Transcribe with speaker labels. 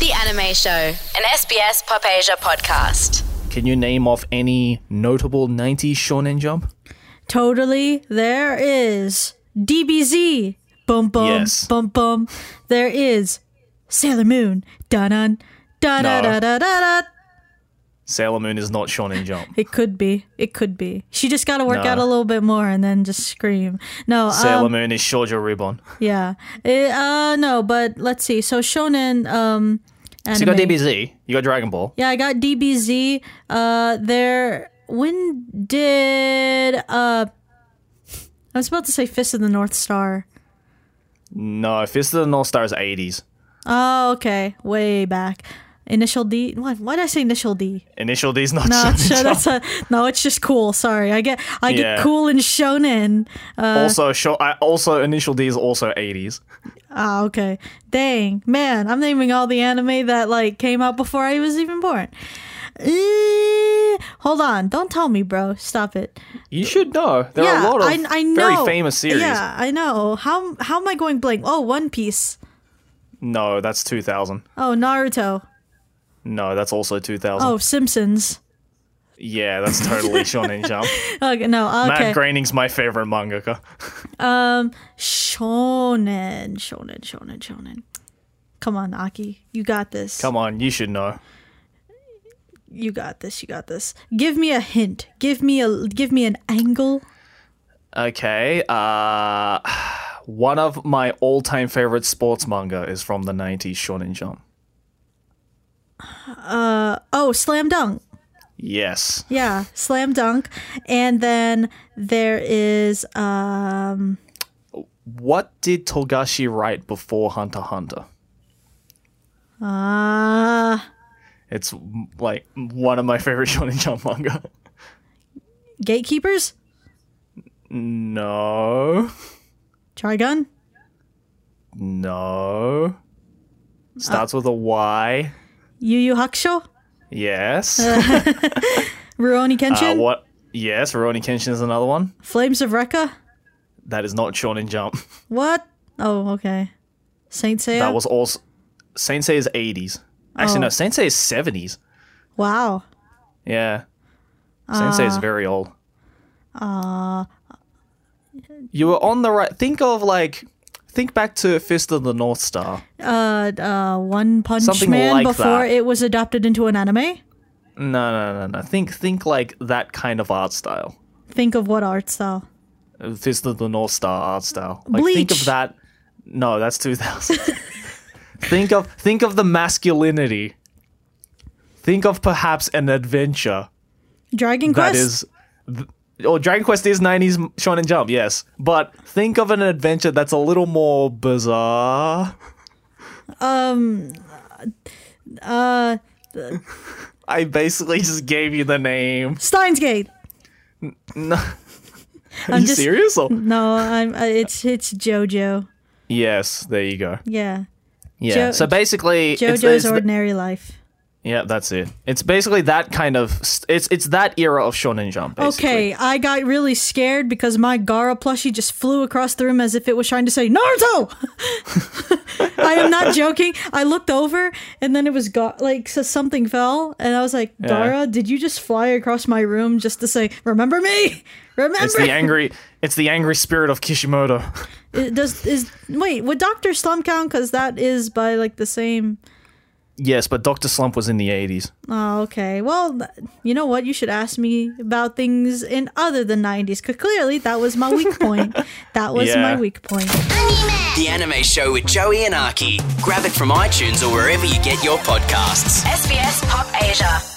Speaker 1: The Anime Show, an SBS Pop Asia podcast.
Speaker 2: Can you name off any notable 90s shonen jump?
Speaker 3: Totally. There is DBZ. Boom, boom,
Speaker 2: Yes.
Speaker 3: boom, boom. There is Sailor Moon. Dun, dun, da, da,
Speaker 2: No.
Speaker 3: da, da, da, da.
Speaker 2: Sailor Moon is not shonen jump.
Speaker 3: It could be. It could be. She just got to work
Speaker 2: No.
Speaker 3: out a little bit more and then just scream. No,
Speaker 2: Sailor
Speaker 3: um,
Speaker 2: Moon is Shoujo Ribbon.
Speaker 3: yeah. Eh, uh, no, but let's see. So Shonen, um,
Speaker 2: So you got
Speaker 3: anime.
Speaker 2: DBZ, you got Dragon Ball.
Speaker 3: Yeah, I got DBZ. Uh, there. When did uh? I was about to say Fist of the North Star.
Speaker 2: No, Fist of the North Star is 80s.
Speaker 3: Oh, okay, way back. Initial D. Why, why did I say Initial D?
Speaker 2: Initial D's not
Speaker 3: No,
Speaker 2: shonen
Speaker 3: it's,
Speaker 2: jump.
Speaker 3: that's a, no, it's just cool. Sorry, I get I
Speaker 2: Yeah.
Speaker 3: get cool and shonen.
Speaker 2: also, sho- I, also Initial D is also 80s.
Speaker 3: Ah, okay. Dang, man, I'm naming all the anime that like came out before I was even born. Eh, hold on, don't tell me, bro. Stop it.
Speaker 2: You should know. There are a lot of
Speaker 3: I, I know.
Speaker 2: very famous series.
Speaker 3: Yeah, I know. How how am I going blank? Oh, One Piece.
Speaker 2: No, that's 2000.
Speaker 3: Oh, Naruto.
Speaker 2: No, that's also 2000.
Speaker 3: Oh, Simpsons.
Speaker 2: Yeah, that's totally shonen jump.
Speaker 3: Okay, no.
Speaker 2: Matt
Speaker 3: Okay.
Speaker 2: Groening's my favorite mangaka.
Speaker 3: Shonen, Shonen, Shonen, Shonen. Come on, Aki. You got this.
Speaker 2: Come on, you should know.
Speaker 3: You got this. You got this. Give me a hint. Give me a give me an angle.
Speaker 2: Okay. Uh, one of my all-time favorite sports manga is from the '90s, Shonen Jump.
Speaker 3: Oh, slam dunk.
Speaker 2: Yes.
Speaker 3: Yeah, slam dunk. And then there is um
Speaker 2: What did Togashi write before Hunter x Hunter?
Speaker 3: ah
Speaker 2: It's m- like one of my favorite Shonen Jump manga.
Speaker 3: gatekeepers.
Speaker 2: No.
Speaker 3: Trigun.
Speaker 2: No. Starts with a Y.
Speaker 3: Yu Yu Hakusho.
Speaker 2: Yes.
Speaker 3: Rurouni
Speaker 2: Uh,
Speaker 3: Kenshin,
Speaker 2: what? Yes, Rurouni Kenshin is another one.
Speaker 3: Flames of Recca.
Speaker 2: That is not Shonen Jump.
Speaker 3: What? Oh, okay. Saint Seiya.
Speaker 2: That was also Sensei is 80s. Actually,
Speaker 3: Oh.
Speaker 2: no, Sensei is 70s.
Speaker 3: wow.
Speaker 2: Yeah. Sensei is very old. Uh, you were on the right. Think of like, think back to Fist of the North Star.
Speaker 3: Uh, uh, One Punch
Speaker 2: Something
Speaker 3: Man
Speaker 2: like
Speaker 3: before
Speaker 2: that.
Speaker 3: it was adopted into an anime.
Speaker 2: No, no, no, no. Think, think like that kind of art style.
Speaker 3: Think of what art style?
Speaker 2: Fist of the North Star art style. Like, think of
Speaker 3: Bleach.
Speaker 2: that. No, that's 2000. think of, think of the masculinity. Think of perhaps an adventure.
Speaker 3: Dragon
Speaker 2: That
Speaker 3: Quest.
Speaker 2: is, th- or Dragon Quest is nineties Shonen Jump, yes. But think of an adventure that's a little more bizarre.
Speaker 3: Um, uh,
Speaker 2: I basically just gave you the name.
Speaker 3: Steins Gate.
Speaker 2: No, are
Speaker 3: I'm
Speaker 2: you
Speaker 3: just-
Speaker 2: serious? Or-
Speaker 3: No, I'm. Uh, it's it's JoJo.
Speaker 2: yes, there you go.
Speaker 3: Yeah,
Speaker 2: Yeah.
Speaker 3: Jo-
Speaker 2: so basically, it's-
Speaker 3: JoJo's
Speaker 2: it's the-
Speaker 3: Ordinary Life.
Speaker 2: yeah, that's it. It's basically that kind of. st- It's it's that era of Shonen Jump. Basically.
Speaker 3: Okay, I got really scared because my Gara plushie just flew across the room as if it was trying to say Naruto. I am not joking. I looked over and then it was Ga- like so something fell and I was like, Gara, did you just fly across my room just to say remember me? Remember?
Speaker 2: It's the angry. It's the angry spirit of Kishimoto.
Speaker 3: It Does is wait would Doctor Slump count? Because that is by like the same.
Speaker 2: yes, but Doctor Slump was in the eighties.
Speaker 3: Oh, okay. Well, th- you know what? You should ask me about things in other than '90s, because clearly that was my weak point. that was
Speaker 2: Yeah.
Speaker 3: my weak point.
Speaker 4: The Anime Show with Joey and Archie. Grab it from iTunes or wherever you get your podcasts.
Speaker 1: SBS Pop Asia.